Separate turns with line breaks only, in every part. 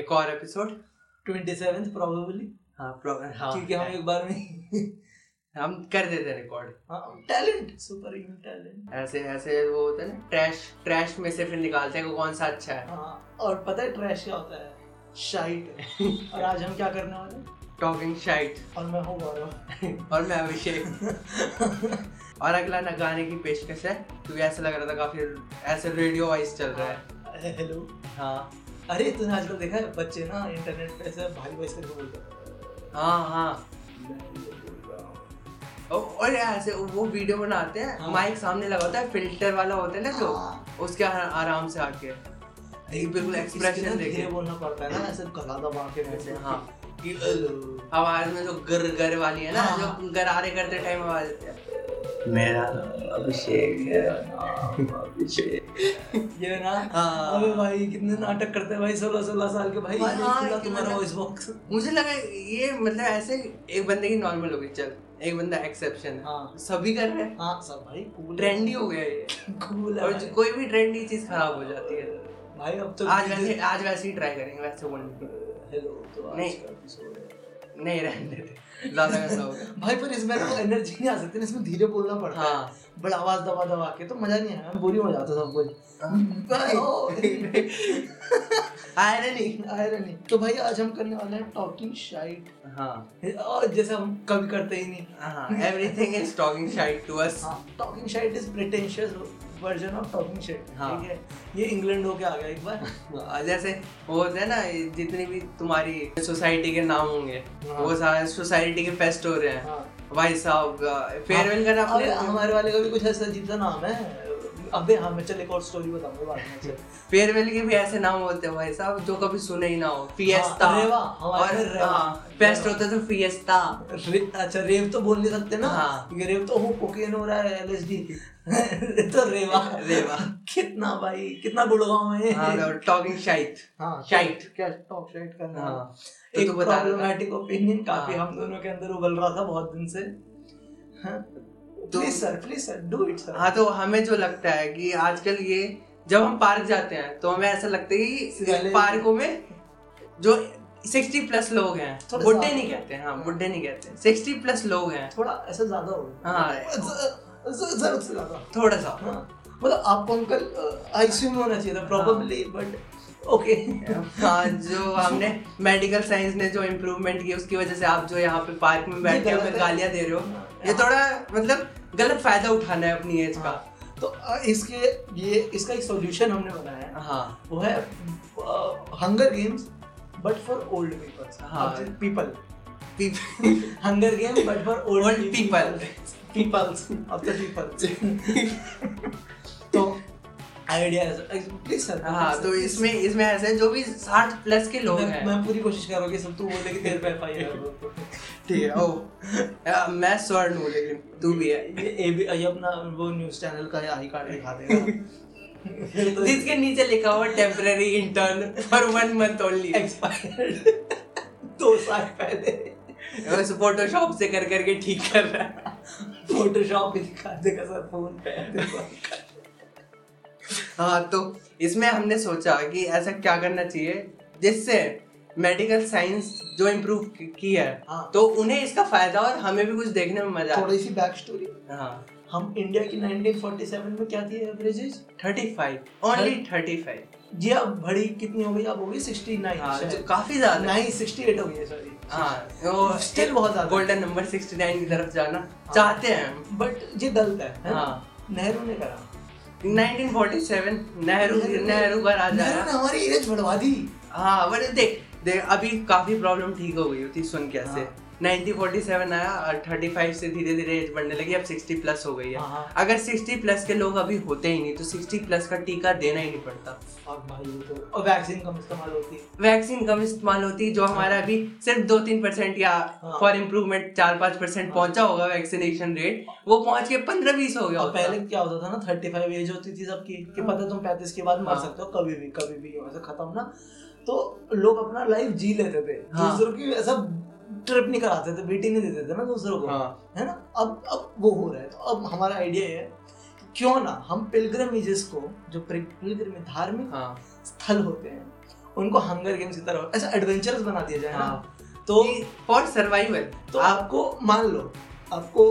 एक और episode
twenty seven probably
हाँ प्रोग्राम हाँ
क्योंकि हम एक बार में हाँ,
हम कर देते हैं record
talent super human talent
ऐसे ऐसे वो होता है ना ट्रैश ट्रैश में से फिर निकालते हैं कि कौन सा अच्छा है
हाँ और पता है ट्रैश क्या होता है शाइट और आज हम क्या करने वाले हैं?
टॉकिंग शाइट
और मैं हूँ गौरव
और मैं अभिषेक और अगला ना गाने की पेशकश है क्योंकि ऐसा लग रहा था काफी ऐसे रेडियो वाइज चल रहा है
हेलो
हाँ
अरे तूने आजकल देखा है बच्चे ना इंटरनेट पे ऐसे भारी वॉइस करके बोलते हैं
हाँ हाँ
मैं ये बोल रहा हूँ।
औ- और ऐसे वो वीडियो बनाते हैं
हाँ।
माइक सामने लगा होता है फिल्टर वाला होता है ना जो
हाँ।
उसके आ- आराम से आके
लेकिन
बिल्कुल
इसके
expression
ना
देखे।
धीरे बोलना पड़ता है ना ऐसे गला दबा के
ऐसे
वैसे
हाँ
कि हेलो
आवाज में जो गर गर वाली है ना
हाँ।
जो गरारे करते टाइम आवाज आती है मेरा अभिषेक
ये ना
हाँ।
अबे भाई कितने नाटक करते हैं भाई सोलह सोलह साल के भाई
भाई,
ये
हाँ,
खुला
ये
तुम्हारा
मतलब-
वॉइस बॉक्स
मुझे लगा ये मतलब ऐसे एक बंदे की नॉर्मल हो गई चल एक बंदा एक्सेप्शन है
हाँ
सभी कर रहे हैं
हाँ सब भाई कूल
ट्रेंडी हो गया ये
कूल
और जो- कोई भी ट्रेंडी चीज खराब हो जाती है
भाई अब तो
आज वैसे आज वैसे ही ट्राई करेंगे वैसे बोलने
हेलो तो आज
नहीं।
का एपिसोड है
की। नहीं रहने देते ज्यादा वैसा हो गया
भाई पर इसमें तो एनर्जी नहीं आ सकती ना इसमें धीरे बोलना पड़ता है
हाँ
बड़ा आवाज दबा दबा के तो मजा नहीं आया बोरिंग हो जाता सब हाँ। कुछ
आयरनी
आयरनी तो भाई आज हम करने वाले हैं टॉकिंग शाइट
हाँ
और जैसे हम कभी करते ही नहीं
हाँ everything is talking shite too
हाँ।
Us
talking shite is pretentious version of talking shite
हाँ।
ठीक है ये इंग्लैंड होके आ गया एक बार
जैसे वो होते हैं ना ये जितने भी तुम्हारी सोसाइटी के नाम होंगे
हाँ।
वो सारे सोसाइटी के फेस्ट हो रहे हैं
हाँ।
भाई साहब फेयरवेल करना
अबे, हाँ।
अपने
हमारे वाले का भी कुछ ऐसा अजीब सा नाम है अबे हाँ मैं चल एक और स्टोरी बताऊंगा बाद में चल।
फेयरवेल के भी ऐसे नाम होते हैं भाई साहब जो कभी सुने ही ना हो फिएस्ता
हाँ, रेवा, हमारे में रेवा।
और हाँ, फेस्ट
रेवा।
होते थे फिएस्ता
रे- अच्छा रेव तो बोल नहीं सकते ना
हाँ।
क्योंकि रेव तो हो कोकेन हो रहा है एलएसडी तो रेवा हाँ,
रेवा।
कितना भाई कितना गुड़गांव है
हाँ, टॉकिंग शाइट
हाँ
शाइट।
क्या टॉक शाइट करना
हाँ तो
एक
तू बता रहा था।
प्रॉब्लमेटिक ओपिनियन काफी
हाँ।
हम दोनों के अंदर उबल रहा था बहुत दिन से हाँ।
तो-
please sir please sir do it sir
हाँ तो हमें जो लगता है कि आजकल ये जब हम पार्क जाते हैं तो हमें ऐसा लगता है कि
सिगारेट-
पार्कों में जो 60 प्लस लोग हैं
थोड़े
बुढ़े
ज्यादा।
नहीं कहते हाँ बुढ़े नहीं कहते 60 प्लस लोग हैं
थोड़ा ऐसा ज्यादा हो गया।
हाँ
ज- ज- जरूरत से ज्यादा
थोड़ा सा
हाँ। मतलब आपको अंकल आईसीयू में होना चाहिए था प्रोबेबली बट ओके
हाँ जो हमने मेडिकल साइंस ने जो इम्प्रूवमेंट की उसकी वजह से आप जो यहाँ पे पार्क में बैठ के
गलत
हमें
है। हाँ,
गालियाँ दे रहे हो ये थोड़ा मतलब गलत फायदा उठाना है अपनी एज का
तो अ, इसके ये इसका एक सॉल्यूशन हमने बनाया है
हाँ
वो है hunger games but for old people
हाँ।
People
people
hunger game but for
Old
old
people.
Peoples of the peoples तो uh, आइडियाज प्लीज सर
हाँ तो इसमें इसमें ऐसे हैं, जो भी 60 प्लस के लोग
मैं,
हैं
मैं पूरी कोशिश करूंगी सब तू बोले कि तेरे पे एफआईआर
ठीक है ओ अ, मैं स्वर्ण हूँ लेकिन तू भी है
ये ए बी ये अपना वो न्यूज चैनल का आई कार्ड दिखा देगा तो
जिसके नीचे लिखा हुआ temporary intern for one month only
expired दो साल पहले
बस फोटोशॉप से कर करके ठीक कर रहा है
फोटोशॉप में दिखा देगा सर फोन पे
हाँ तो इसमें हमने सोचा कि ऐसा क्या करना चाहिए जिससे मेडिकल साइंस जो इम्प्रूव की है
हाँ।
तो उन्हें इसका फायदा और हमें भी कुछ देखने में मजा आए।
थोड़ी सी बैक स्टोरी
हाँ
हम इंडिया की 1947 में क्या थी averages
thirty five only thirty five
जी अब बड़ी कितनी हो गई अब हो गई 69
हाँ जो
शायद।
काफी ज्यादा है।
नहीं 68 हो गई है सॉरी
हाँ
Still बहुत ज्यादा हाँ। है।
गोल्डन नंबर 69 की तरफ जाना चाहते हैं हम
बट ये गलत है, है ना?
हाँ
नेहरू ने करा
1947 नेहरू नेहरू का राजा
नेहरू
है
ने हमारी एज बढ़वा दी
हाँ बट देख देख अभी काफी प्रॉब्लम ठीक हो गई होती सुन के ऐसे
हाँ।
1947 आया और 35 से धीरे धीरे एज बढ़ने लगी अब 60 प्लस हो गई है
हाँ।
अगर 60 प्लस के लोग अभी होते ही नहीं तो 60 प्लस का टीका देना ही नहीं पड़ता
और भाई ये तो और वैक्सीन कम इस्तेमाल होती है
वैक्सीन कम इस्तेमाल होती है, जो हमारा अभी सिर्फ दो तीन परसेंट या
हाँ।
फॉर इम्प्रूवमेंट चार पाँच परसेंट पहुंचा होगा वैक्सीनेशन रेट वो पहुंच के पंद्रह बीस हो गया
और
होता।
पहले क्या होता था ना थर्टी फाइव एज होती थी सबकी कि पता है तुम पैंतीस के बाद मर
हाँ।
सकते हो कभी भी कभी भी ऐसा खत्म ना तो लोग अपना लाइफ जी लेते थे
हाँ।
दूसरों की ऐसा ट्रिप नहीं कराते थे बेटी नहीं देते थे ना दूसरों को
हाँ
है ना अब अब वो हो रहा है तो अब हमारा आइडिया है कि क्यों ना हम पिलग्रमेजेस को जो पिलग्रम धार्मिक
हाँ
स्थल होते हैं उनको हंगर गेम्स की तरह ऐसा एडवेंचरस बना दिया जाए ना
हाँ
तो
फॉर सर्वाइवल
तो
आप
आपको मान लो आपको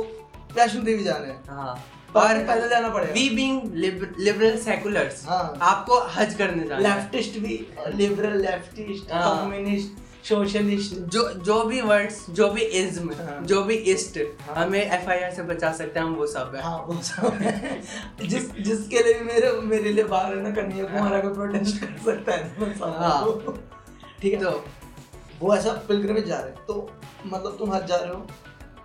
वैष्णो देवी जाना है
हाँ
और
और
पैदल जाना पड़ेगा
वी बीइंग लिबरल सेकुलर्स
हाँ
आपको हज करने जाना है
लेफ्टिस्ट भी लिबरल लेफ्टिस्ट
हाँ।
कम्युनिस्ट सोशलिस्ट
जो जो भी वर्ड्स जो भी इज्म
हाँ।
जो भी इस्ट
हाँ।
हमें एफआईआर से बचा सकते हैं हम वो सब है
हाँ वो सब है। जिस जिसके लिए भी मेरे मेरे लिए बाहर ना कन्हैया कुमार का प्रोटेस्ट कर सकता है ना सब।
हाँ।
ठीक है
तो
वो ऐसा पिलग्रिमेज जा रहे हैं तो मतलब तुम हज जा रहे हो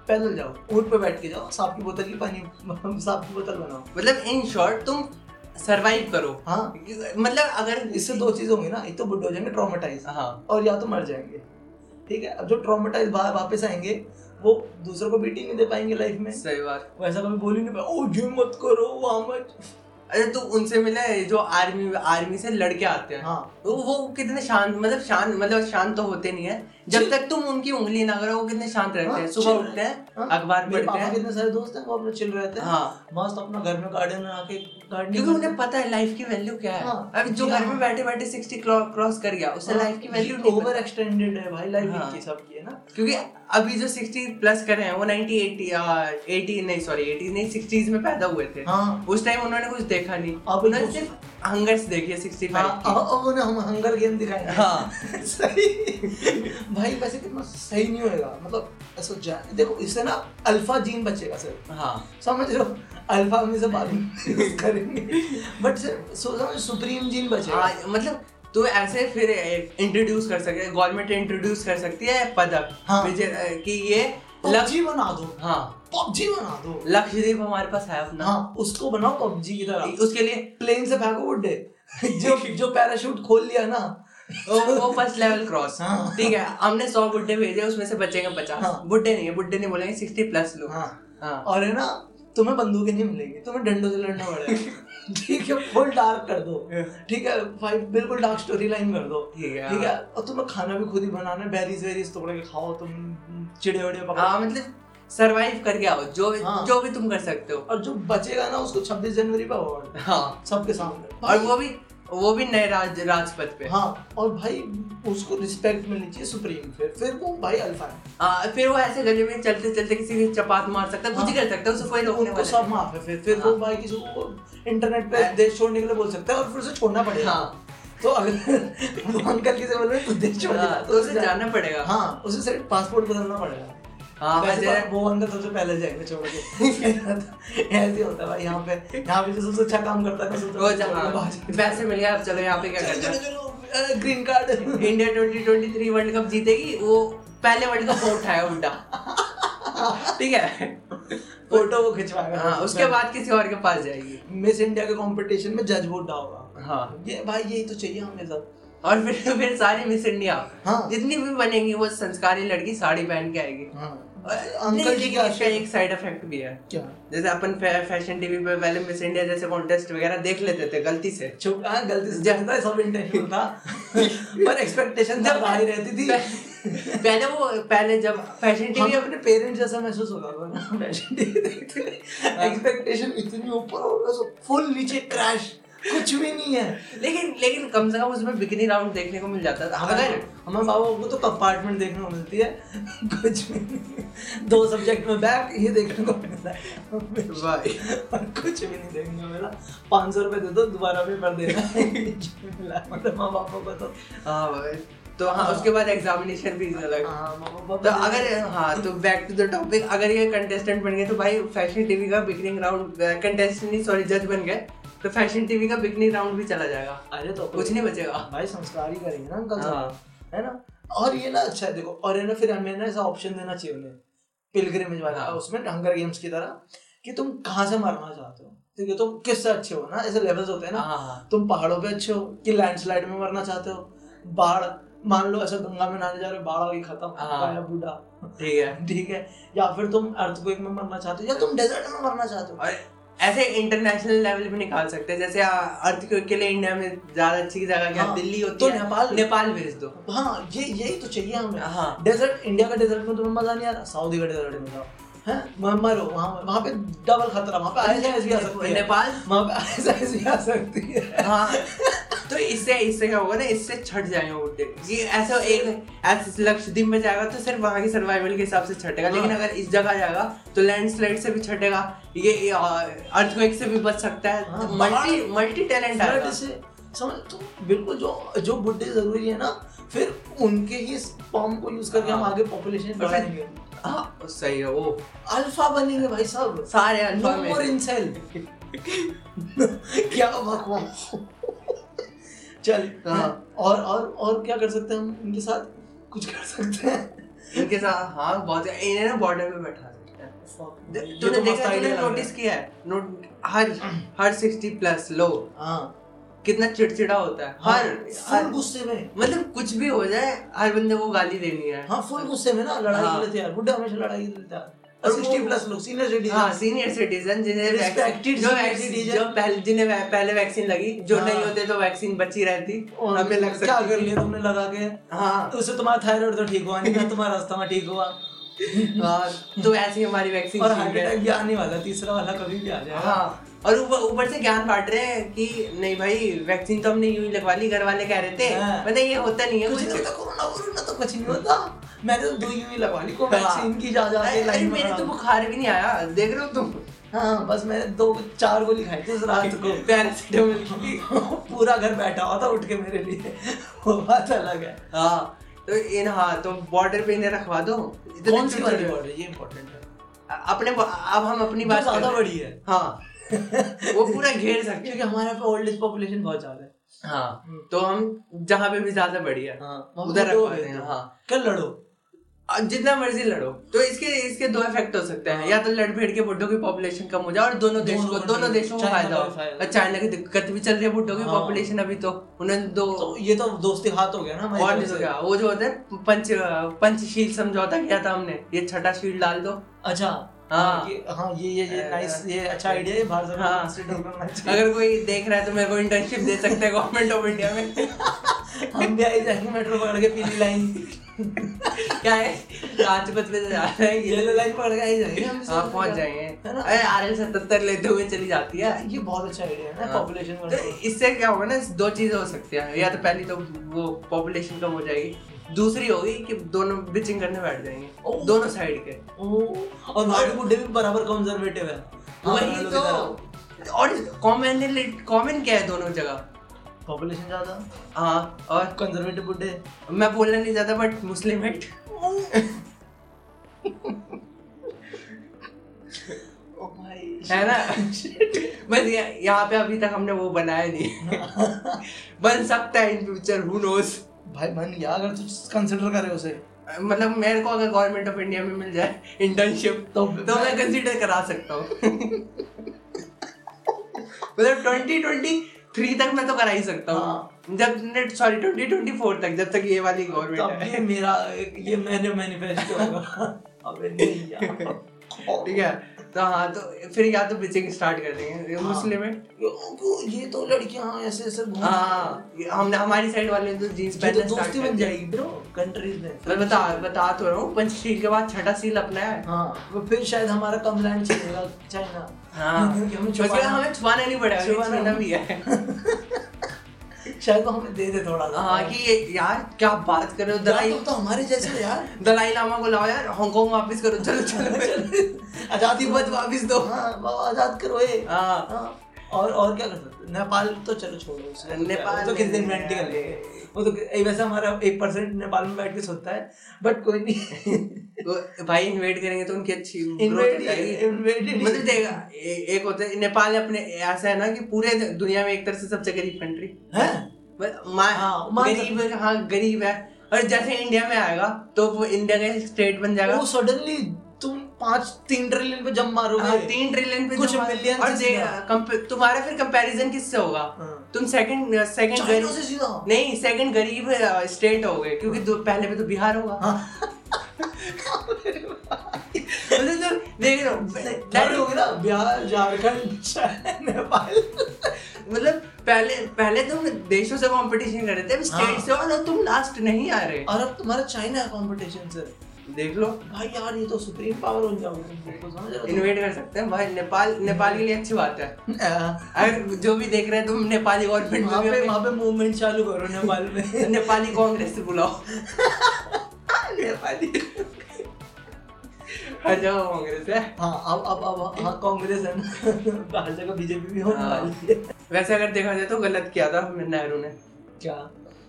पैदल जाओ ऊँट पे बैठ के जाओ सांप की बोतल की पानी सांप की बोतल बनाओ
मतलब इन शॉर्ट तुम सरवाइव करो
हाँ
मतलब अगर
इससे दो चीज़ होंगी ना एक तो बुढ़े हो जाएंगे ट्रॉमेटाइज
हाँ
और या तो मर जाएंगे ठीक है अब जो ट्रॉमेटाइज वापस आएंगे वो दूसरों को बीटिंग नहीं दे पाएंगे लाइफ में
सही बात
वैसा कभी बोल ही नहीं पाए ओ ये मत करो वो मत
अरे तू उनसे मिला है जो आर्मी आर्मी से लड़के आते हैं
हाँ
वो वो कितने शांत मतलब शांत मतलब शांत तो होते नहीं है जब
जी।
तक तुम उनकी उंगली ना करो वो कितने शांत रहते
हाँ,
हैं
chill
सुबह उठते हैं
हाँ,
अखबार
मेरे
पढ़ते
पापा के
हैं
इतने सारे दोस्त हैं वो अपना चिल रहते हैं
हाँ
मस्त अपना घर में गार्डन में आके गार्डनिंग
क्योंकि उन्हें पता है लाइफ की वैल्यू क्या है
हाँ,
अब जो
जी,
घर
हाँ।
में बैठे बैठे सिक्सटी क्रॉस कर गया उसे लाइफ की वैल्यू नहीं
ओवर
पता।
एक्सटेंडेड है भाई लाइफ
हाँ।
की सबकी है ना हाँ,
क्योंकि अभी जो सिक्सटी प्लस करे हैं वो नाइनटी एटी एटी नहीं सॉरी एटी नहीं सिक्सटीज में पैदा हुए थे
हाँ
उस टाइम उन्होंने कुछ देखा नहीं
अब
उन्होंने सिर्फ हंगर्स देखी सिक्सटी
हाँ
फाइव
अब अब उन्हें हम हंगर गेम दिखाएंगे
हाँ
सही भाई वैसे कितना सही नहीं होएगा मतलब ऐसा जा- देखो इससे ना अल्फा जीन बचेगा सिर्फ
हाँ
समझ रहे हो अल्फा में से बाद में use करेंगे बट सोचा सुप्रीम जीन बचेगा
हाँ, मतलब तो ऐसे फिर इंट्रोड्यूस कर सकते गवर्नमेंट इंट्रोड्यूस कर सकती है पदक
हाँ। तो
विजय- अ, कि ये लक्ष्य
पबजी बना दो
हाँ
पबजी बना दो
लक्षद्वीप हमारे पास है अपना
हाँ उसको बनाओ पबजी की तरह
उसके लिए
प्लेन से फेंको उड्डे जो जो पैराशूट खोल लिया ना
वो, तो वो फर्स्ट लेवल क्रॉस
हाँ।
ठीक है हमने सौ बुड्ढे भेजे उसमें से बचेंगे पचास
हाँ।
बुड्ढे नहीं है बुड्ढे नहीं बोलेंगे सिक्सटी प्लस लोग
हाँ
हाँ
और है ना तुम्हें बंदूकें नहीं मिलेंगी तुम्हें डंडों से लड़ना पड़ेगा ठीक है फुल डार्क कर दो ठीक है भाई बिल्कुल डार्क स्टोरी लाइन कर दो
ठीक है
ठीक है और तुम्हें खाना भी खुद ही बनाना है बेरीज वेरीज तोड़ के खाओ तुम चिड़े वड़े पकड़ो
हाँ मतलब सरवाइव करके आओ जो
हाँ।
जो भी तुम कर सकते हो
और जो बचेगा ना उसको 26 जनवरी पर अवार्ड
हाँ
सबके सामने
और वो भी वो भी नए राज राजपथ पे
हाँ और भाई उसको रिस्पेक्ट मिलनी चाहिए सुप्रीम फिर फिर वो भाई अल्फा है
आ, फिर वो ऐसे गली में चलते चलते किसी की चपात मार सकता है कुछ ही
हाँ।
कर सकता है उसे कोई रोकने
उनको
वाला
सब माफ है फिर फिर वो
हाँ।
भाई किसी को इंटरनेट पे देश छोड़ने के लिए बोल सकता है और फिर उसे छोड़ना
नहीं।
पड़ेगा
हाँ
तो अगर वो अंकल किसे बोल रहे हैं, तू देश छोड़ दे
हाँ, तो उसे जाना पड़ेगा
हाँ उसे सिर्फ पासपोर्ट बदलना पड़ेगा
हाँ
वैसे तो
वैसे
वो अंदर सबसे पहले जाएंगे छोड़ के ऐसे होता है भाई यहाँ पे यहाँ पे जो सबसे अच्छा काम करता है ना, सबसे
वो
पहले छोड़ के
जहाँ
भाग जाता है।
हाँ, पैसे मिल गए अब चलो यहाँ पे क्या
चलो,
करना है
चलो, चलो, green card
India 2023 world cup जीतेगी वो पहले वर्ल्ड कप वो उठाया उल्टा ठीक है
फोटो वो खिंचवाएगा
हाँ उसके बाद किसी और के पास जाएगी
मिस इंडिया के कंपटीशन में जज वोट डालूंगा
हाँ
ये भाई यही तो चाहिए हमें सब
और फिर फिर सारी मिस इंडिया
हाँ
जितनी भी बनेंगी वो संस्कारी लड़की साड़ी पहन के आएगी
हाँ
और-
अंकल
नहीं,
जी
लेकिन
क्या
इसका एक साइड इफेक्ट भी है
क्या
जैसे अपन फै- फैशन टीवी पे पहले मिस इंडिया जैसे कॉन्टेस्ट वगैरह देख लेते थे गलती से
छुप हाँ गलती से जानता है सब इंटेंशन था पर एक्सपेक्टेशन
जब-
जब हाई रहती थी
पह- पहले वो पहले जब फैशन टीवी
हमें अपने पेरेंट्स जैसा महसूस होता था ना फैशन देखते हाँ। एक्सपेक्टेशन इतनी ऊपर हो गया सब फुल नीचे क्रैश कुछ भी नहीं है
लेकिन लेकिन कम से कम उसमें बिकनी राउंड देखने को मिल जाता
हाँ।
था अगर
हमें बाबा को तो कंपार्टमेंट देखने को मिलती है कुछ भी नहीं दो सब्जेक्ट में बैक ये देखने को मिलता है
भाई
और कुछ भी नहीं देखने को मिला पाँच सौ रुपये दे दो दोबारा पेपर देना मिला मतलब माँ बाप को तो
हाँ भाई तो हाँ उसके बाद एग्जामिनेशन भी अलग
हाँ माँ बाप
तो अगर हाँ तो बैक टू द टॉपिक अगर ये कंटेस्टेंट बन गए तो भाई फैशन टीवी का बिकनिंग राउंड कंटेस्टेंट नहीं सॉरी जज बन गए तो फैशन टीवी का बिकनिंग राउंड भी चला जाएगा
अरे तो
कुछ नहीं बचेगा
भाई संस्कार ही करेंगे ना अंकल साहब
हाँ
है ना और ये ना अच्छा है देखो और है ना फिर हमें ना ऐसा ऑप्शन देना चाहिए उन्हें पिलग्रिमेज वाला
हाँ।
उसमें हंगर गेम्स की तरह कि तुम कहाँ से मरना चाहते हो ठीक है तुम किससे अच्छे हो ना ऐसे लेवल्स होते हैं ना
हाँ हाँ
तुम पहाड़ों पे अच्छे हो कि लैंडस्लाइड में मरना चाहते हो बाढ़ मान लो ऐसा गंगा में नहाने जा रहे हो बाढ़ आ गई खत्म
हाँ।
गाया बूढ़ा
ठीक है
ठीक है या फिर तुम अर्थक्वेक में मरना चाहते हो या तुम डेजर्ट में मरना चाहते हो
और ऐसे इंटरनेशनल लेवल भी निकाल सकते हैं जैसे अर्थ के लिए इंडिया में ज्यादा अच्छी जगह क्या
हाँ,
दिल्ली होती
तो
है
नेपाल
नेपाल भेज दो
हाँ ये यही तो चाहिए हमें
हाँ
डेजर्ट इंडिया का डेजर्ट में तुम्हें मजा नहीं आ रहा सऊदी का डेजर्ट में जाओ हैं वहाँ मरो वहाँ वहाँ पे डबल खतरा वहाँ पे आईएसआईएस भी आ सकती है
नेपाल
वहाँ पे आईएसआईएस भी आ सकती है
हाँ तो इससे इससे क्या होगा ना इससे छट जाएंगे वो दिन ये ऐसा एक ऐसे लक्षद्वीप में जाएगा तो सिर्फ वहाँ के सर्वाइवल के हिसाब से छटेगा
हाँ।
लेकिन अगर इस जगह जाएगा तो लैंडस्लाइड से भी छटेगा ये अर्थक्वेक से भी बच सकता
हाँ,
है तो मल्टी
बाढ़-
मल्टी टैलेंट
फ्लड
आएगा
से समझ तो बिल्कुल जो जो बुढ़े जरूरी है ना फिर उनके ही स्पॉम को यूज करके हम
हाँ।
आगे पॉपुलेशन
और फिर-
बढ़ाएंगे
हाँ सही है वो
अल्फा बनेंगे भाई साहब
सारे
नो
अल्फा में
मोर इंसेल क्या बकवास चल
हाँ।
और और और क्या कर सकते हैं हम इनके साथ कुछ कर सकते हैं
इनके साथ हाँ बहुत इन्हें ना बॉर्डर पे बैठा सकते हैं
ये
तूने
तो मस्त
देखा
idea
तूने
लग रहा
नोटिस
है।
किया है नोट हर हर 60 प्लस लोग
हाँ
कितना चिड़चिड़ा होता है हर
फुल
हर
गुस्से में
मतलब कुछ भी हो जाए हर बंदे को गाली देनी है
हाँ फुल गुस्से में ना लड़ाई
हाँ।
के लिए तैयार बुढ़े हमेशा लड़ाई के लिए तैयार
और
और
वो-
60 प्लस लोग सीनियर
हाँ
सिटीजन
सीनियर सिटीजन जिन्हें
Respected
वैक्सीन जो
senior
वैक्सीन
citizen।
जो पहले जिन्हें वै- पहले वैक्सीन लगी जो
हाँ।
नहीं होते तो वैक्सीन बची रहती हमें लग
क्या
सकती
कर लिया तुमने लगा के
हाँ
तो उससे तुम्हारा थायराइड तो ठीक हुआ नहीं ना तुम्हारा अस्थमा ठीक हुआ
हाँ तो ऐसे ही हमारी वैक्सीन
और हार्ट अटैक भी आने वाला है, तीसरा वाला कभी भी आ जाएगा
हाँ और ऊपर ऊपर से ज्ञान बांट रहे हैं कि नहीं भाई वैक्सीन तो हमने यूं ही लगवा ली घर वाले कह रहे थे
हाँ।
मतलब ये होता नहीं है
कुछ नहीं
कुछ
होता कोरोना वोरोना तो कुछ नहीं होता मैंने तो दो यूं ही लगवा ली को
हाँ।
वैक्सीन की जा जा
अरे
के
अरे,
लाइन
मेरे तो
में
बुखार भी नहीं आया देख रहे हो तुम
हाँ बस मैंने दो चार गोली खाई थी उस रात को
पैरासीटामोल की
पूरा घर बैठा हुआ था उठ के मेरे लिए वो बात अलग है
हाँ तो इन हाँ तो बॉर्डर पे इन्हें रखवा दो इतने
कौन सी
छोटे-
वाली बॉर्डर ये इम्पोर्टेंट है
अपने अब हम अपनी
जो
बात कर
ज्यादा
रहे हैं।
बड़ी है
हाँ वो पूरा घेर सकते
क्योंकि हमारे पे ओल्ड एज पॉपुलेशन बहुत ज्यादा है
हैं। हाँ तो हम जहाँ पे भी ज्यादा बढ़िया
हाँ
उधर
दो
रखवा
है।
देते हैं हाँ
कल लड़ो
और जितना मर्जी लड़ो तो इसके इसके दो इफेक्ट हो सकते हैं या तो लड़ भेड़ के बुड्ढों की पॉपुलेशन कम हो जाए और दोनों देशों को
हाँ। दोनों
दोनों देशों को
चाइना
फायदा
का
हो
भी फायदा।
और चाइना की दिक्कत भी चल रही है बुड्ढों की
हाँ।
पॉपुलेशन अभी तो उन्होंने दो
तो ये तो दोस्ती हाथ हो गया ना हमारी
और नहीं
तरफ
तो
से।
क्या वो जो होता है पंच पंचशील समझौता किया था हमने ये छठा शील डाल दो
अच्छा
हाँ।
ये- हाँ ये ये ये
अ,
नाइस ये अच्छा आइडिया है भारत सरकार
हाँ।
को consider करना चाहिए।
अगर कोई देख रहा है तो मेरे को इंटर्नशिप दे सकता है गवर्नमेंट ऑफ इंडिया में
हम भी आई जाएंगे मेट्रो पकड़ के पीली लाइन
क्या है राजपथ पे से जा रहे हैं ये
येलो लाइन पकड़ के आई जाएंगे हम भी
हाँ
सब-
पहुंच जाएंगे
है ना?
अरे आर एल सतहत्तर लेते हुए चली जाती है
ये बहुत अच्छा आइडिया है ना
हाँ।
पॉपुलेशन
तो इससे क्या होगा ना दो चीजें हो सकती हैं या तो पहली तो वो पॉपुलेशन कम हो जाएगी दूसरी होगी कि दोनों बिचिंग करने बैठ
ओह।
जाएंगे दोनों साइड के
हाँ, और हमारे बुड्ढे भी बराबर कंजर्वेटिव है
वही तो और कॉमन कॉमन क्या है दोनों जगह
पॉपुलेशन ज्यादा
हाँ और
कंजर्वेटिव बुड्ढे
मैं बोलना नहीं चाहता बट मुस्लिम हिट
ओ भाई
है ना बस यह- यहाँ पे अभी तक हमने वो बनाया नहीं बन सकता है इन फ्यूचर हु नोस
भाई मन गया अगर तू कंसिडर करे उसे
मतलब मेरे को अगर गवर्नमेंट ऑफ इंडिया में मिल जाए इंटर्नशिप
तो
तो मैं कंसीडर करा सकता हूँ मतलब 2023 तक मैं तो करा ही सकता
हाँ।
हूँ जब नेट सॉरी 2024 तक जब तक ये वाली
तो अब
गवर्नमेंट है
ये मेरा ये मैंने मैनिफेस्टो होगा अबे नहीं यार
ठीक है तो हाँ तो फिर या तो बिचिंग स्टार्ट कर देंगे
हाँ।
मुस्लिम है
वो ये तो लड़कियां ऐसे ऐसे घूम
हाँ ये हमने हमारी साइड वाले ने तो जींस
ये तो
पहनना स्टार्ट
दोस्ती
कर
बन
दिया
जाएगी ब्रो कंट्रीज में
मैं बता बता तो रहा हूँ पंचशील के बाद छठा सील अपना है
हाँ वो फिर शायद हमारा कम लैंड चलेगा चाइना
हाँ
क्योंकि हमें
उसके बाद
छुपाना-
हमें छुपाना नहीं पड़ेगा क्योंकि
छुपाना-
छूना भी है
शायद वो हमें दे दे थोड़ा सा
हाँ कि ये यार क्या बात कर रहे हो
यार
दलाई
तुम तो हमारे जैसे हो यार
दलाई लामा को लाओ यार हांगकांग वापस करो चलो चलो चलो
आजाद
तिब्बत
करो।
वापस दो
हाँ बाबा आजाद करो ये
हाँ
हाँ और और क्या कर सकते हैं? नेपाल तो चलो छोड़ो उसको तो
नेपाल
वो तो किस दिन
में
वेंटी कर
यार।
लेंगे वो तो ए, वैसे हमारा एक परसेंट नेपाल में बैठ के सोता है बट कोई नहीं
तो भाई इन्वेट करेंगे तो उनकी अच्छी ग्रोथ हो
इन्वेट
जाएगी मतलब
इन्वेट
देखा ए, एक होता है नेपाल अपने ऐसा है ना कि पूरे दुनिया में एक तरह से सबसे गरीब कंट्री
है हाँ,
हाँ
मान
गरीब हाँ गरीब है और जैसे इंडिया में आएगा तो वो इंडिया का स्टेट बन जाएगा
वो सडनली तुम पाँच तीन ट्रिलियन पे जम मारोगे
हाँ, तीन ट्रिलियन पे
कुछ
जो हमारे-
millions
और
से
देख-
ज्यादा।
कंप- तुम्हारा फिर कंपैरिजन किससे होगा
हाँ।
तुम सेकंड सेकंड
चाइना से सीधा
नहीं सेकंड गरीब स्टेट हो गए क्योंकि दो- पहले पे तो बिहार होगा
हाँ।
मतलब तो देख रहे हो
डर हो गया ना बिहार झारखंड चाइना, नेपाल
मतलब पहले पहले तुम देशों से कंपटीशन कर रहे थे अब स्टेट
हाँ।
से हो और तुम लास्ट नहीं आ रहे
और अब तुम्हारा चाइना कंपटीशन सर
देख लो
भाई यार ये तो सुप्रीम पावर बन जाऊंगा तो समझ रहे
इन्वेट कर सकते हैं भाई नेपाल नेपाल के लिए अच्छी बात है
हो अह,
अगर जो भी देख रहे हैं तुम नेपाली गवर्नमेंट में
वहाँ पे
भी
वहाँ पे मूवमेंट चालू करो नेपाल में
अपने नेपाली कांग्रेस से बुलाओ
नेपाली
हर जगह कांग्रेस है
हाँ अब अब अब हाँ कांग्रेस है ना हर जगह बीजेपी भी होने
हाँ।
वाली है
वैसे अगर देखा जाए तो गलत किया था हमने नेहरू ने
क्या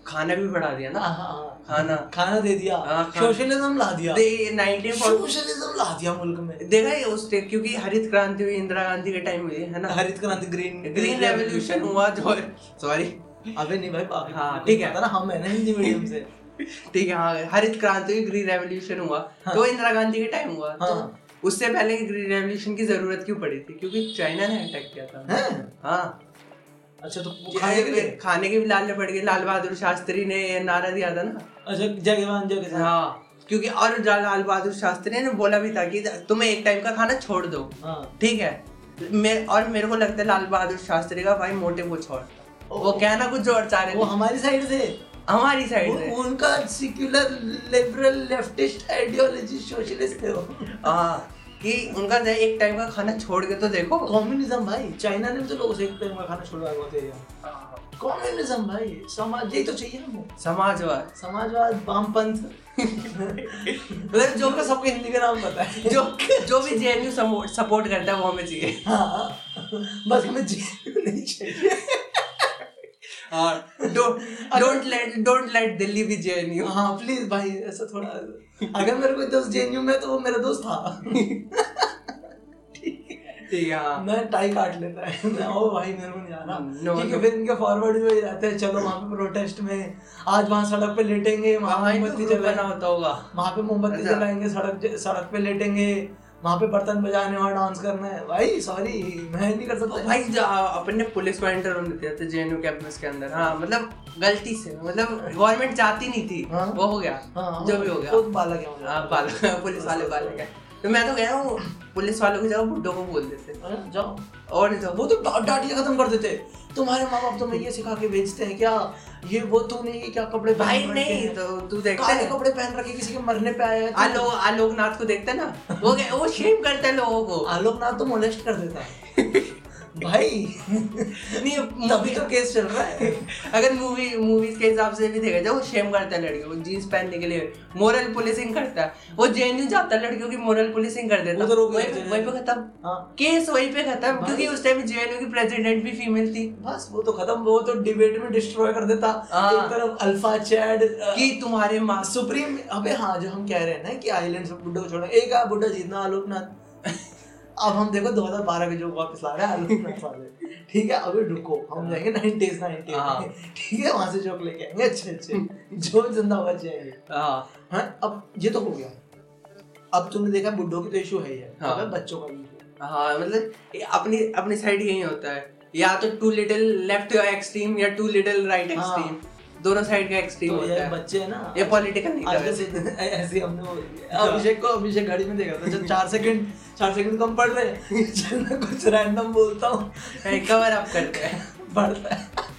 खाना भी बढ़ा दिया ना
हाँ हाँ हाँ।
खाना
खाना दे दिया
हाँ, खाना।
सोशलिज्म ला दिया
नाइनटीन
सोशलिज्म ला दिया मुल्क में
देखा है उस टाइम क्योंकि हरित क्रांति हुई इंदिरा गांधी के टाइम हुई है ना
हरित क्रांति ग्रीन
ग्रीन रेवोल्यूशन हुआ जो सॉरी
अबे नहीं भाई बाप रे,
हाँ,
मुझे
ठीक है।
पता ना हम है ना हिंदी मीडियम से
ठीक है हाँ हरित क्रांति हुई ग्रीन रेवोल्यूशन हुआ
हाँ।
तो इंदिरा गांधी के टाइम हुआ तो
हाँ।
उससे पहले ग्रीन रेवोल्यूशन की जरूरत क्यों पड़ी थी क्योंकि चाइना ने अटैक किया था
हैं
हाँ
अच्छा तो वो खाने के लिए
खाने खाने के भी लाल में पड़ गए लाल बहादुर शास्त्री ने ये नारा दिया था ना
अच्छा जगवान जगह
हाँ क्योंकि और जा- लाल बहादुर शास्त्री ने बोला भी था कि तुम्हें एक टाइम का खाना छोड़ दो
हाँ
ठीक है मे, और मेरे को लगता है लाल बहादुर शास्त्री का भाई मोटे कुछ और था। वो क्या ना कुछ और चाह रहे
वो
थे
हमारी साइड से
हमारी साइड से
वो- उनका secular liberal leftist ideology socialist थे वो
हाँ कि उनका जो है एक टाइम का खाना छोड़ के तो देखो
कम्युनिज्म भाई चाइना ने भी तो लोगों से एक टाइम का खाना छुड़वाया हुआ था कम्युनिज्म भाई समाज यही तो चाहिए हमको
समाजवाद
समाजवाद वामपंथ
मतलब जो
जो सबको हिंदी का नाम पता है
जो जो भी जेएनयू सपोर्ट करता है वो हमें चाहिए
हाँ बस हमें जेल नहीं चाहिए
don't let don't let Delhi भी जेएनयू
हाँ प्लीज भाई ऐसा थोड़ा अगर मेरे कोई दोस्त जेएनयू में है, तो वो मेरा दोस्त था
ठीक है हाँ
मैं टाई काट लेता है मैं ओ भाई मेरे को नहीं जाना
Hmm, No,
ठीक है
no.
फिर इनके फॉरवर्ड भी हो जाते हैं चलो वहाँ पे प्रोटेस्ट में आज वहाँ सड़क पे लेटेंगे वहाँ
हाँ, इनको
मोमबत्ती
group
जलाएंगे
बना होता होगा
वहाँ पे मोमबत्ती
अच्छा।
जलाएंगे सड़क सड़क पे लेटेंगे वहाँ पे बर्तन बजाने और डांस करना है भाई सॉरी मैं नहीं कर सकता
भाई जो आ- अपन ने uh, पुलिस को एंटर होने दिया था जेएनयू कैंपस के अंदर हाँ मतलब गलती से मतलब गवर्नमेंट चाहती नहीं थी
हाँ।
वो हो गया
हाँ,
जो भी हो गया
वो तो बाला गया मुझे।
हाँ बाल पुलिस वाले बाल गए तो मैं तो कह रहा हूँ पुलिस वालों की जगह बुड्ढों को बोल देते
हाँ, जाओ
और नहीं तो
वो तो डा- डांट के खत्म कर देते हैं। तुम्हारे माँ बाप तुम्हें ये सिखा के भेजते हैं क्या ये वो तूने ये क्या कपड़े पहन
भाई
रखे
नहीं
हैं?
तो तू देखता
काले
है
कपड़े पहन रखे किसी के मरने पे आया है तू?
आलो आलोकनाथ को देखता है ना वो क्या- वो शेम करता है लोगों को
आलोक नाथ तो मोलेस्ट कर देता है भाई
नहीं
तभी तो केस चल रहा है
अगर मूवी मूवीज के हिसाब से भी देखा जाए वो शेम करता है लड़कियों को जीन्स पहनने के लिए मोरल पुलिसिंग करता है वो जेएनयू जाता है लड़कियों की मोरल पुलिसिंग कर देता
उधर हो गया
वहीं पे-
जेएनयू।
वहीं पे खत्म
हाँ
केस वहीं पे खत्म
भाई।
क्योंकि उस टाइम जेएनयू की प्रेसिडेंट भी फीमेल थी
बस वो तो खत्म वो तो डिबेट में डिस्ट्रॉय कर देता
हाँ।
एक तरफ अल्फा चैड अ,
कि तुम्हारे माँ
सुप्रीम अबे हाँ जो हम कह रहे हैं ना कि आइलैंड से बुड्ढा को छोड़ो एक आ बुड्ढा जीतना आलोकनाथ अब हम देखो 2012 के जो वापस ला रहे हैं आलोकनाथ वाले ठीक है अबे रुको हम जाएंगे 90s 90s
हाँ।
में, ठीक है वहां से जोक लेके आएंगे अच्छे अच्छे जो जिंदा बच जाएंगे
हाँ
हाँ अब ये तो हो गया अब तुमने देखा बुड्ढों की तो इशू है ही है
हाँ।
अबे बच्चों का भी issue है।
हाँ मतलब ये अपनी अपनी साइड यही होता है या तो टू लिटिल लेफ्ट एक्सट्रीम या टू लिटिल राइट
हाँ।
एक्सट्रीम दोनों साइड का एक्सट्रीम
तो
होता
ये
है
बच्चे है ना
ये पॉलिटिकल नहीं हाँ। था
आजकल
वैसे।
से- ऐ- ऐसे ही हमने वो अभिषेक को अभिषेक घड़ी में देखा था जब चार सेकंड चार सेकंड कम पढ़ रहे हैं, चल मैं कुछ रैंडम बोलता हूँ
कवर अप करते हैं
पढ़ता है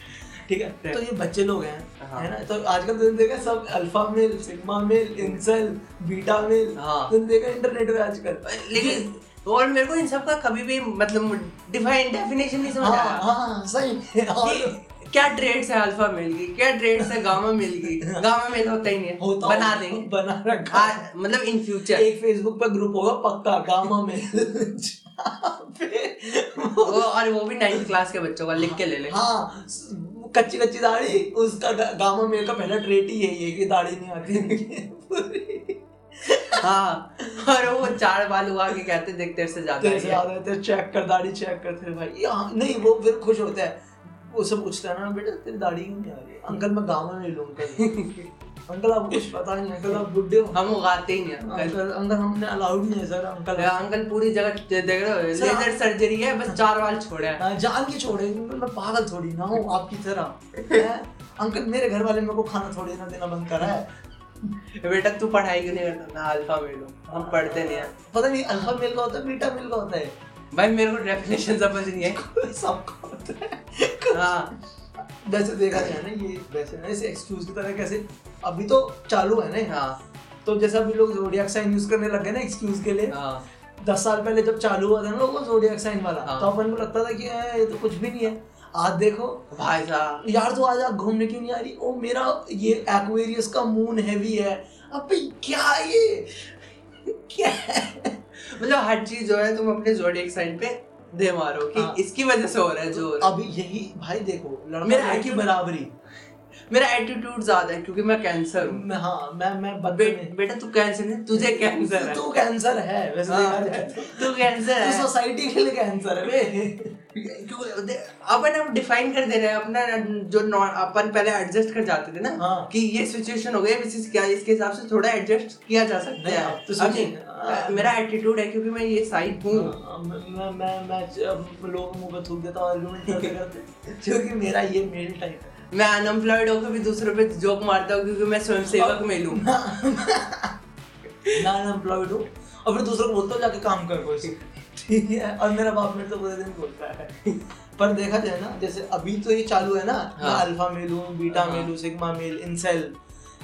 ठीक है तो ये बच्चे लोग हैं
हाँ।
है ना तो आजकल तुमने देखा सब alpha male sigma male incel beta male
हाँ।
तुमने देखा इंटरनेट पे आजकल
लेकिन और मेरे को इन सब का कभी भी मतलब डिफाइन डेफिनेशन नहीं समझ
हाँ
आया
हाँ सही है और
कि क्या ट्रेड्स है अल्फा मेल की क्या ट्रेड्स है गामा मेल की गामा मेल तो होता ही नहीं है
होता
बना
हो-
देंगे
बना रखा है।
आज मतलब इन फ्यूचर
एक फेसबुक पे ग्रुप होगा पक्का गामा मेल जहाँ पे
और वो भी नाइन्थ क्लास के बच्चों का लिख के ले ले
हाँ स- कच्ची कच्ची दाढ़ी उसका गा- गामा मेल का पहला ट्रेट ही यही है कि दाढ़ी नहीं आती इनकी पूरी।
हाँ और वो चार बाल हुआ के कहते देख तेरे से ज्यादा
तेरे से
ही है।
याद आते हैं, चेक कर दाढ़ी चेक कर तेरे भाई ये हाँ, नहीं वो फिर खुश होता है उसे पूछता है ना बेटा तेरी दाढ़ी क्यों नहीं आ रही अंकल मैं गामा मेल हूँ अंकल अंकल आप कुछ पता नहीं अंकल आप बुढ़े हो
हम उगाते ही नहीं अंकल
अंकल अंकल हमने अलाउड नहीं है सर अंकल
अंकल पूरी जगह दे- देख रहे हो
सर,
लेजर सर्जरी है बस चार बाल छोड़े हैं
हाँ, जान के छोड़े अंकल मैं पागल थोड़ी ना हूँ आपकी तरह हैं? अंकल मेरे घर वाले मेरे को खाना थोड़ी ना देना बंद करा है
बेटा तू पढ़ाई क्यों नहीं करता ना अल्फा मेल हो हम पढ़ते नहीं हैं
पता नहीं अल्फा मेल का होता है बीटा मेल का होता है
भाई मेरे को डेफिनेशन समझ नहीं है
सबका होता है
हाँ
वैसे देखा जाए ना ये वैसे ना इसे एक्सक्यूज की तरह कैसे अभी तो चालू है ना
हाँ
तो जैसा अभी लोग जोडियाक साइन यूज करने लग गए ना एक्सक्यूज के लिए
हाँ
दस साल पहले जब चालू हुआ था ना लोगों जोडियाक साइन वाला
हाँ।
तो अपन को लगता था कि "ए, ये तो कुछ भी नहीं है आज देखो
भाई साहब
यार तो आज आप घूमने क्यों नहीं आ रही ओ मेरा ये एक्वेरियस का मून हैवी है अबे क्या ये क्या है?
मतलब हर चीज जो है तुम अपने जोडियक साइन पे दे मारो कि
हाँ।
इसकी वजह से हो रहा है जो हो रहा
अभी यही भाई देखो
मेरा
लड़का लड़की
attitude-
बराबरी
है मेरा एटीट्यूड ज्यादा है क्योंकि मैं कैंसर हूँ
मैं- हाँ मैं मैं
बे,
बदले में
बेटा तू कैंसर है तुझे कैंसर है
तू कैंसर है वैसे
हाँ।
देखा जाए तो।
तू कैंसर
तू
है
सोसाइटी के लिए कैंसर है बे
क्यों- दे- अपन अब डिफाइन कर दे रहे हैं अपना जो नॉ- अपन पहले एडजस्ट कर जाते थे ना
हाँ।
कि ये सिचुएशन हो गई अब इस- क्या इसके हिसाब से थोड़ा एडजस्ट किया जा सकता
नहीं,
है
अब तो
अब
सोचिए
नहीं,
ना।
अ, मेरा एटीट्यूड है क्योंकि मैं ये साइड हूँ
हाँ, मैं मैं मैं- मैं अब लोगों के मुंह पे थूक देता हूँ आर्गुमेंट करते करते क्योंकि मेरा ये मेल टाइप है
मैं अनएम्प्लॉयड होकर भी दूसरों पे जोक मारता हूँ क्योंकि मैं स्वयं सेवक में लूँ
मैं अनएम्प्लॉयड हूँ और फिर दूसरों को बोलता हूँ जाके काम कर कुछ ठीक है और मेरा बाप मेरे से पूरे दिन बोलता है पर देखा जाए ना जैसे अभी तो ये चालू है ना मैं
हाँ।
अल्फा मेल हूँ बीटा
हाँ।
मेल हूँ सिग्मा मेल इनसेल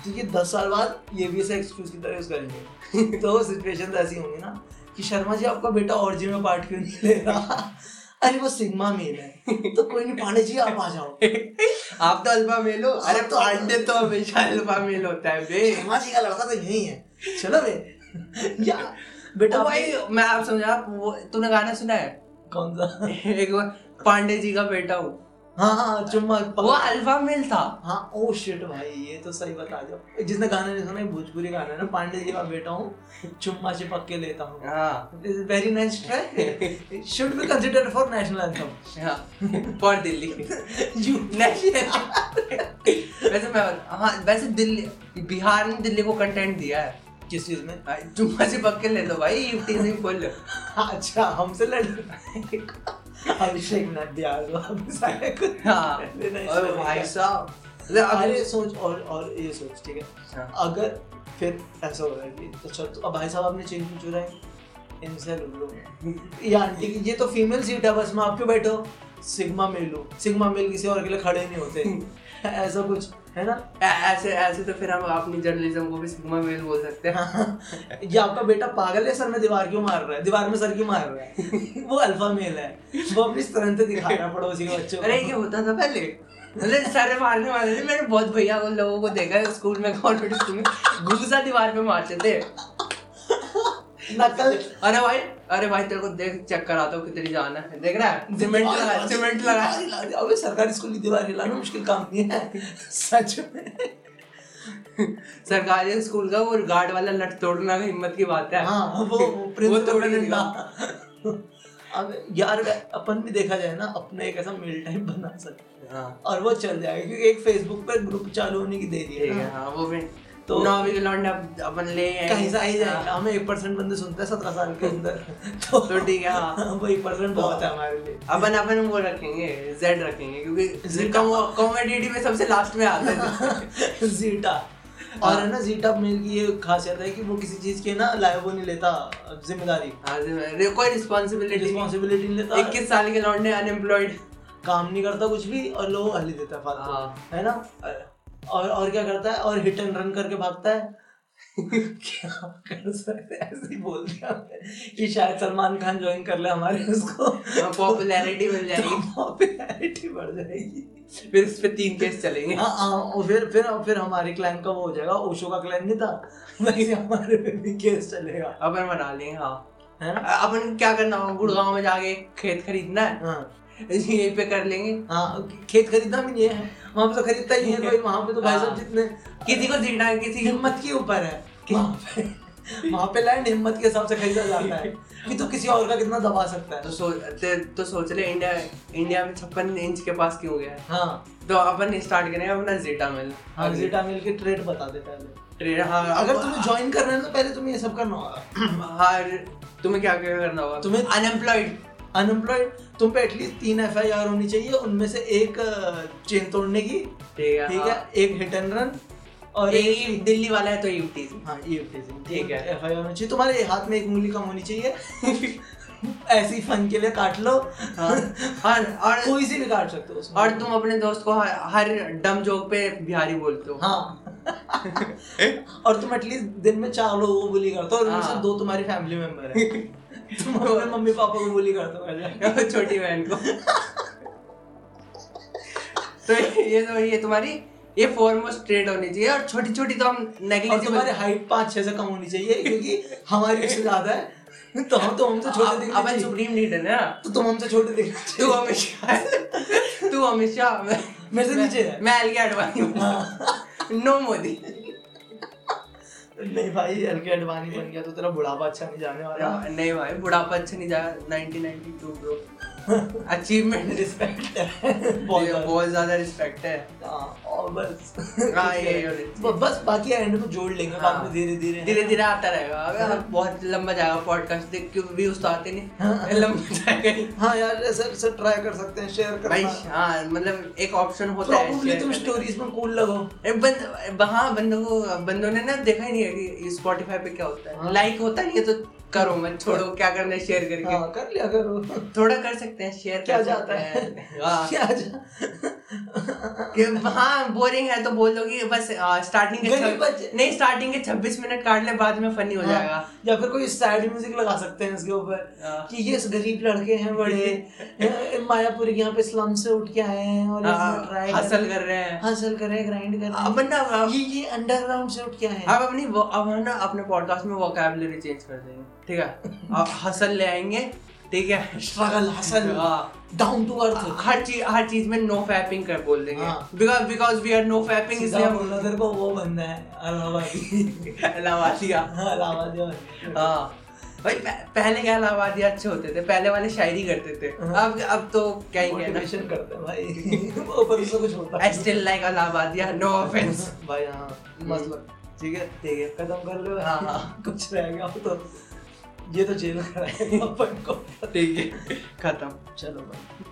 तो ये दस साल बाद ये भी ऐसे एक्सक्यूज की तरह यूज करेंगे तो सिचुएशन ऐसी होंगी ना कि शर्मा जी आपका बेटा और जी में पार्ट क्यों नहीं ले रहा अरे वो सिग्मा मेल है तो कोई नहीं पांडे जी आप आ जाओ
आप तो अल्फा मेल हो अरे
आप तो-
पांडे तो हमेशा अल्फा मेल होता है बे
शर्मा जी का लड़का तो यही है चलो बे या बेटा
तो भाई मैं आप समझा आप वो तूने गाना सुना है
कौन सा
एक बार पांडे जी का बेटा हूँ
हाँ हाँ चुम्मा
वो अल्फा मेल था
हाँ ओ शिट भाई ये तो सही बता दो जिसने गाना नहीं सुना ये भोजपुरी गाना है ना पांडे जी का बेटा हूँ चुम्मा चिपक के लेता हूँ
हाँ
very nice track should be consider for national anthem
for हाँ, दिल्ली
यू
नेशनल वैसे मैं हाँ वैसे दिल्ली बिहार ने दिल्ली को कंटेंट दिया है
किस चीज में
आ, जुम्मा से पक्के ले लो भाई इफ्टी से फुल
अच्छा हमसे लड़ अभिषेक तो ना बिहार वापस आया कुछ
हाँ
Very nice
और
लगेगा।
भाई साहब मतलब
अरे
अभी
सोच और और ये सोच ठीक है
हाँ,
अगर फिर ऐसा हो रहा है कि अच्छा तो अब भाई साहब आपने चेंज क्यों चुरा है इनसे ले लो ये आंटी की ये तो फीमेल सीट है बस मैं आप क्यों बैठो सिग्मा मेल लो सिग्मा मेल किसी और के लिए खड़े नहीं होते ऐसा कुछ है ना
ऐ- ऐसे ऐसे तो फिर हम अपनी जर्नलिज्म को भी सिग्मा मेल बोल सकते
हाँ।
हैं
ये आपका बेटा पागल है सर में दीवार क्यों मार रहा है दीवार में सर क्यों मार रहा है वो अल्फा मेल है वो अपनी तरह से दिखा रहा है पड़ोसी के बच्चों को।
अरे ये होता था पहले मतलब सारे मारने वाले थे मैंने बहुत भैया को लोगों को देखा है स्कूल में गवर्नमेंट स्कूल में घूसा दीवार पे मारते थे
नकल
अरे भाई अरे भाई तेरे को देख चेक कराता हूँ कितनी जान है देख रहा है सीमेंट लगा सीमेंट लगा
दीवार हिला दिया। अबे सरकारी स्कूल की दीवार हिलाना मुश्किल काम नहीं है सच में
सरकारी स्कूल का वो गार्ड वाला लट तोड़ना भी हिम्मत की बात है
हाँ
वो
वो
तो
प्रिंसिपल
तोड़ने
नहीं
लगा।
था अब यार अपन भी देखा जाए ना अपने एक ऐसा मेल टाइप बना सकते हैं
हाँ,
और वो चल जाएगा क्योंकि एक फेसबुक पर ग्रुप चालू होने की देरी
ठीक
है
है हाँ वो भी तो
तो-
नॉवेल लौंडा अपन ले आए।
कहीं से आई जाएगा
हाँ,
हमें एक परसेंट बंदे सुनते हैं सत्रह साल के अंदर तो
तो ठीक है हाँ
वो एक परसेंट बहुत है हमारे लिए
अपन अपन वो रखेंगे जेड रखेंगे क्योंकि कॉमेडी में सबसे लास्ट में आते थे
जीटा और
हाँ।
है ना जीटा मेल की ये खासियत है कि वो किसी चीज की ना लाइव वो नहीं लेता जिम्मेदारी
हाँ, जी, मैं- कोई रिस्पॉन्सिबिलिटी
रिस्पॉन्सिबिलिटी नहीं लेता
इक्कीस साल के लौंडे अनएम्प्लॉयड
काम नहीं करता कुछ भी और लोगों को गाली देता है
हाँ।
फालतू है ना और और क्या करता है और हिट एंड रन करके भागता है क्या कर सकते हैं? ऐसे ही बोल दिया हमने कि शायद सलमान खान ज्वाइन कर ले हमारे उसको तो
पॉपुलैरिटी मिल हाँ, जाएगी
पॉपुलैरिटी बढ़ जाएगी
फिर इस पे तीन केस चलेंगे
हाँ हाँ और फिर फिर फिर हमारे क्लैन का वो हो जाएगा ओशो का क्लैन नहीं था वैसे हमारे पे भी केस चलेगा
अपन बना लेंगे हाँ
है ना
अपन क्या करना होगा गुड़गांव में जाके एक खेत खरीदना है
हाँ
यहीं पे कर लेंगे
हाँ खेत खरीदना भी नहीं है वहाँ पे तो खरीदता ही नहीं है कोई वहाँ पे तो भाई साहब
हाँ।
जितने
किसी को जीना है किसी को
हिम्मत के ऊपर है वहाँ पे वहाँ पे लैंड हिम्मत के हिसाब से खरीदा जाता है कि तू किसी और का कितना दबा सकता
तो
है
सोच तो सोच ले इंडिया इंडिया में छप्पन इंच के पास क्यों गया है?
हाँ
तो अपन स्टार्ट करेंगे अपना जीटा मिल
हाँ जीटा मिल के ट्रेड बता दे पहले
ट्रेन हाँ
अगर तुम्हें ज्वाइन करना है तो पहले तुम्हें ये सब करना होगा
हाँ तुम्हें क्या क्या करना होगा
तुम्हें-
अनएम्प्लॉयड
अनएम्प्लॉयड तुम पे एटलीस्ट तीन एफ होनी चाहिए उनमें से एक चेन तोड़ने की
ठीक है
ठीक है
हाँ।
एक हिट एंड रन और
एक ही दिल्ली वाला है तो यूटी
हाँ ये फ्रेजिंग
ठीक
ठीक
है।
है एफ आई होनी चाहिए तुम्हारे हाथ में एक उंगली कम होनी चाहिए ऐसी फन के लिए काट लो
हाँ हाँ और
कोई सी भी काट सकते हो उसमें।
और तुम अपने दोस्त को हर, हर डम जोक पे बिहारी बोलते हो
हाँ और तुम एटलीस्ट दिन में चार लोगों को बुली करते हो और उनमें से
हाँ।
दो तुम्हारी फैमिली मेंबर है तुम अपने मम्मी पापा को बुली करते हो ऐसा।
छोटी बहन को तो ये तो ये तुम्हारी ये फॉरमोस्ट ट्रेड होनी चाहिए और छोटी छोटी तो हम
और तुम्हारी
नेगेटिव
हाइट पाँच छह से कम होनी चाहिए क्योंकि हमारी उससे ज्यादा है तो हम तो हमसे छोटे दिखना
अपन
चाहिए
सुप्रीम लीडर है ना
तो तुम हमसे छोटे दिखना चाहिए
तू हमेशा तू हमेशा
मेरे से नीचे है।
मैं अलग अडवाणी
हाँ।
हूँ नो मोदी
नहीं भाई हल्के अडवाणी बन गया तो तेरा बुढ़ापा अच्छा नहीं जाने वाला
नहीं भाई बुढ़ापा अच्छा नहीं जा 1992 ब्रो अचीवमेंट रिस्पेक्ट
बहुत
ये
ज्यादा।
बहुत ज्यादा रिस्पेक्ट है
हाँ, और बस
हाँ, ये- ये-
ब- बस बाकी एंड में जोड़ लेंगे बाद में धीरे धीरे
धीरे धीरे आता रहेगा अगर बहुत लंबा जाएगा पॉडकास्ट देख क्यों व्यूज तो आते
हाँ।
नहीं लंबा जाएगा
हाँ यार सर सर ट्राई कर सकते हैं शेयर
भाई
करना
हाँ मतलब एक ऑप्शन होता है
प्रॉब्लली
share
तुम
करने
स्टोरीज में कूल लगो
का। ए, बंद हाँ बंदों को बंदों ने ना देखा ही नहीं है कि स्पॉटिफाई पे क्या होता
हाँ।
है लाइक होता नहीं है तो करो मत छोड़ो क्या करना है शेयर करके
हाँ कर लिया करो
थोड़ा कर सकते हैं शेयर
क्या जाता है
हाँ
क्या जा
कि हाँ बोरिंग है तो बोल दो कि बस स्टार्टिंग के
गरीब बच्चे-
छब- नहीं स्टार्टिंग के 26 मिनट काट ले बाद में फनी हो जाएगा
हाँ, या फिर कोई सैड म्यूजिक लगा सकते हैं इसके ऊपर
हाँ।
कि ये गरीब लड़के हैं बड़े मायापुर यहाँ पे स्लम से उठ के आए हैं और
हाँ,
ट्राई
hustle हाँ, कर रहे हैं।
हासिल कर रहे हैं ग्राइंड कर रहे
अपन ना
हैं ये ये अंडरग्राउंड से उठ के आए हैं
अब अपनी वो- अब हम ना अपने पॉडकास्ट में वोकैबुलरी चेंज कर देंगे ठीक है अब हसल ले आएंगे ठीक है
स्ट्रगल हसल
हाँ।
डाउन टू अर्थ
हर चीज हर चीज में नो फैपिंग कर बोल देंगे
हाँ।
Because because we are no fapping
सीधा
इसलिए
बोलना तेरे को वो बनना है अलाहाबादी
हम अलावादिया
हाँ, अलाहाबादी बनना है।
हाँ भाई पह- पहले क्या अलावादिया अच्छे होते थे पहले वाले शायरी करते थे
हाँ।
अब अब तो क्या ही कहना
मोटिवेशन करते हैं भाई ऊपर से कुछ होता
I still like Allahbadia no offence
भाई हाँ मतलब
ठीक है ठीक है
खत्म कर लो
हाँ, हाँ।
कुछ रह गया हो तो ये तो जेल कराएगा अपन को
ठीक है खत्म
चलो भाई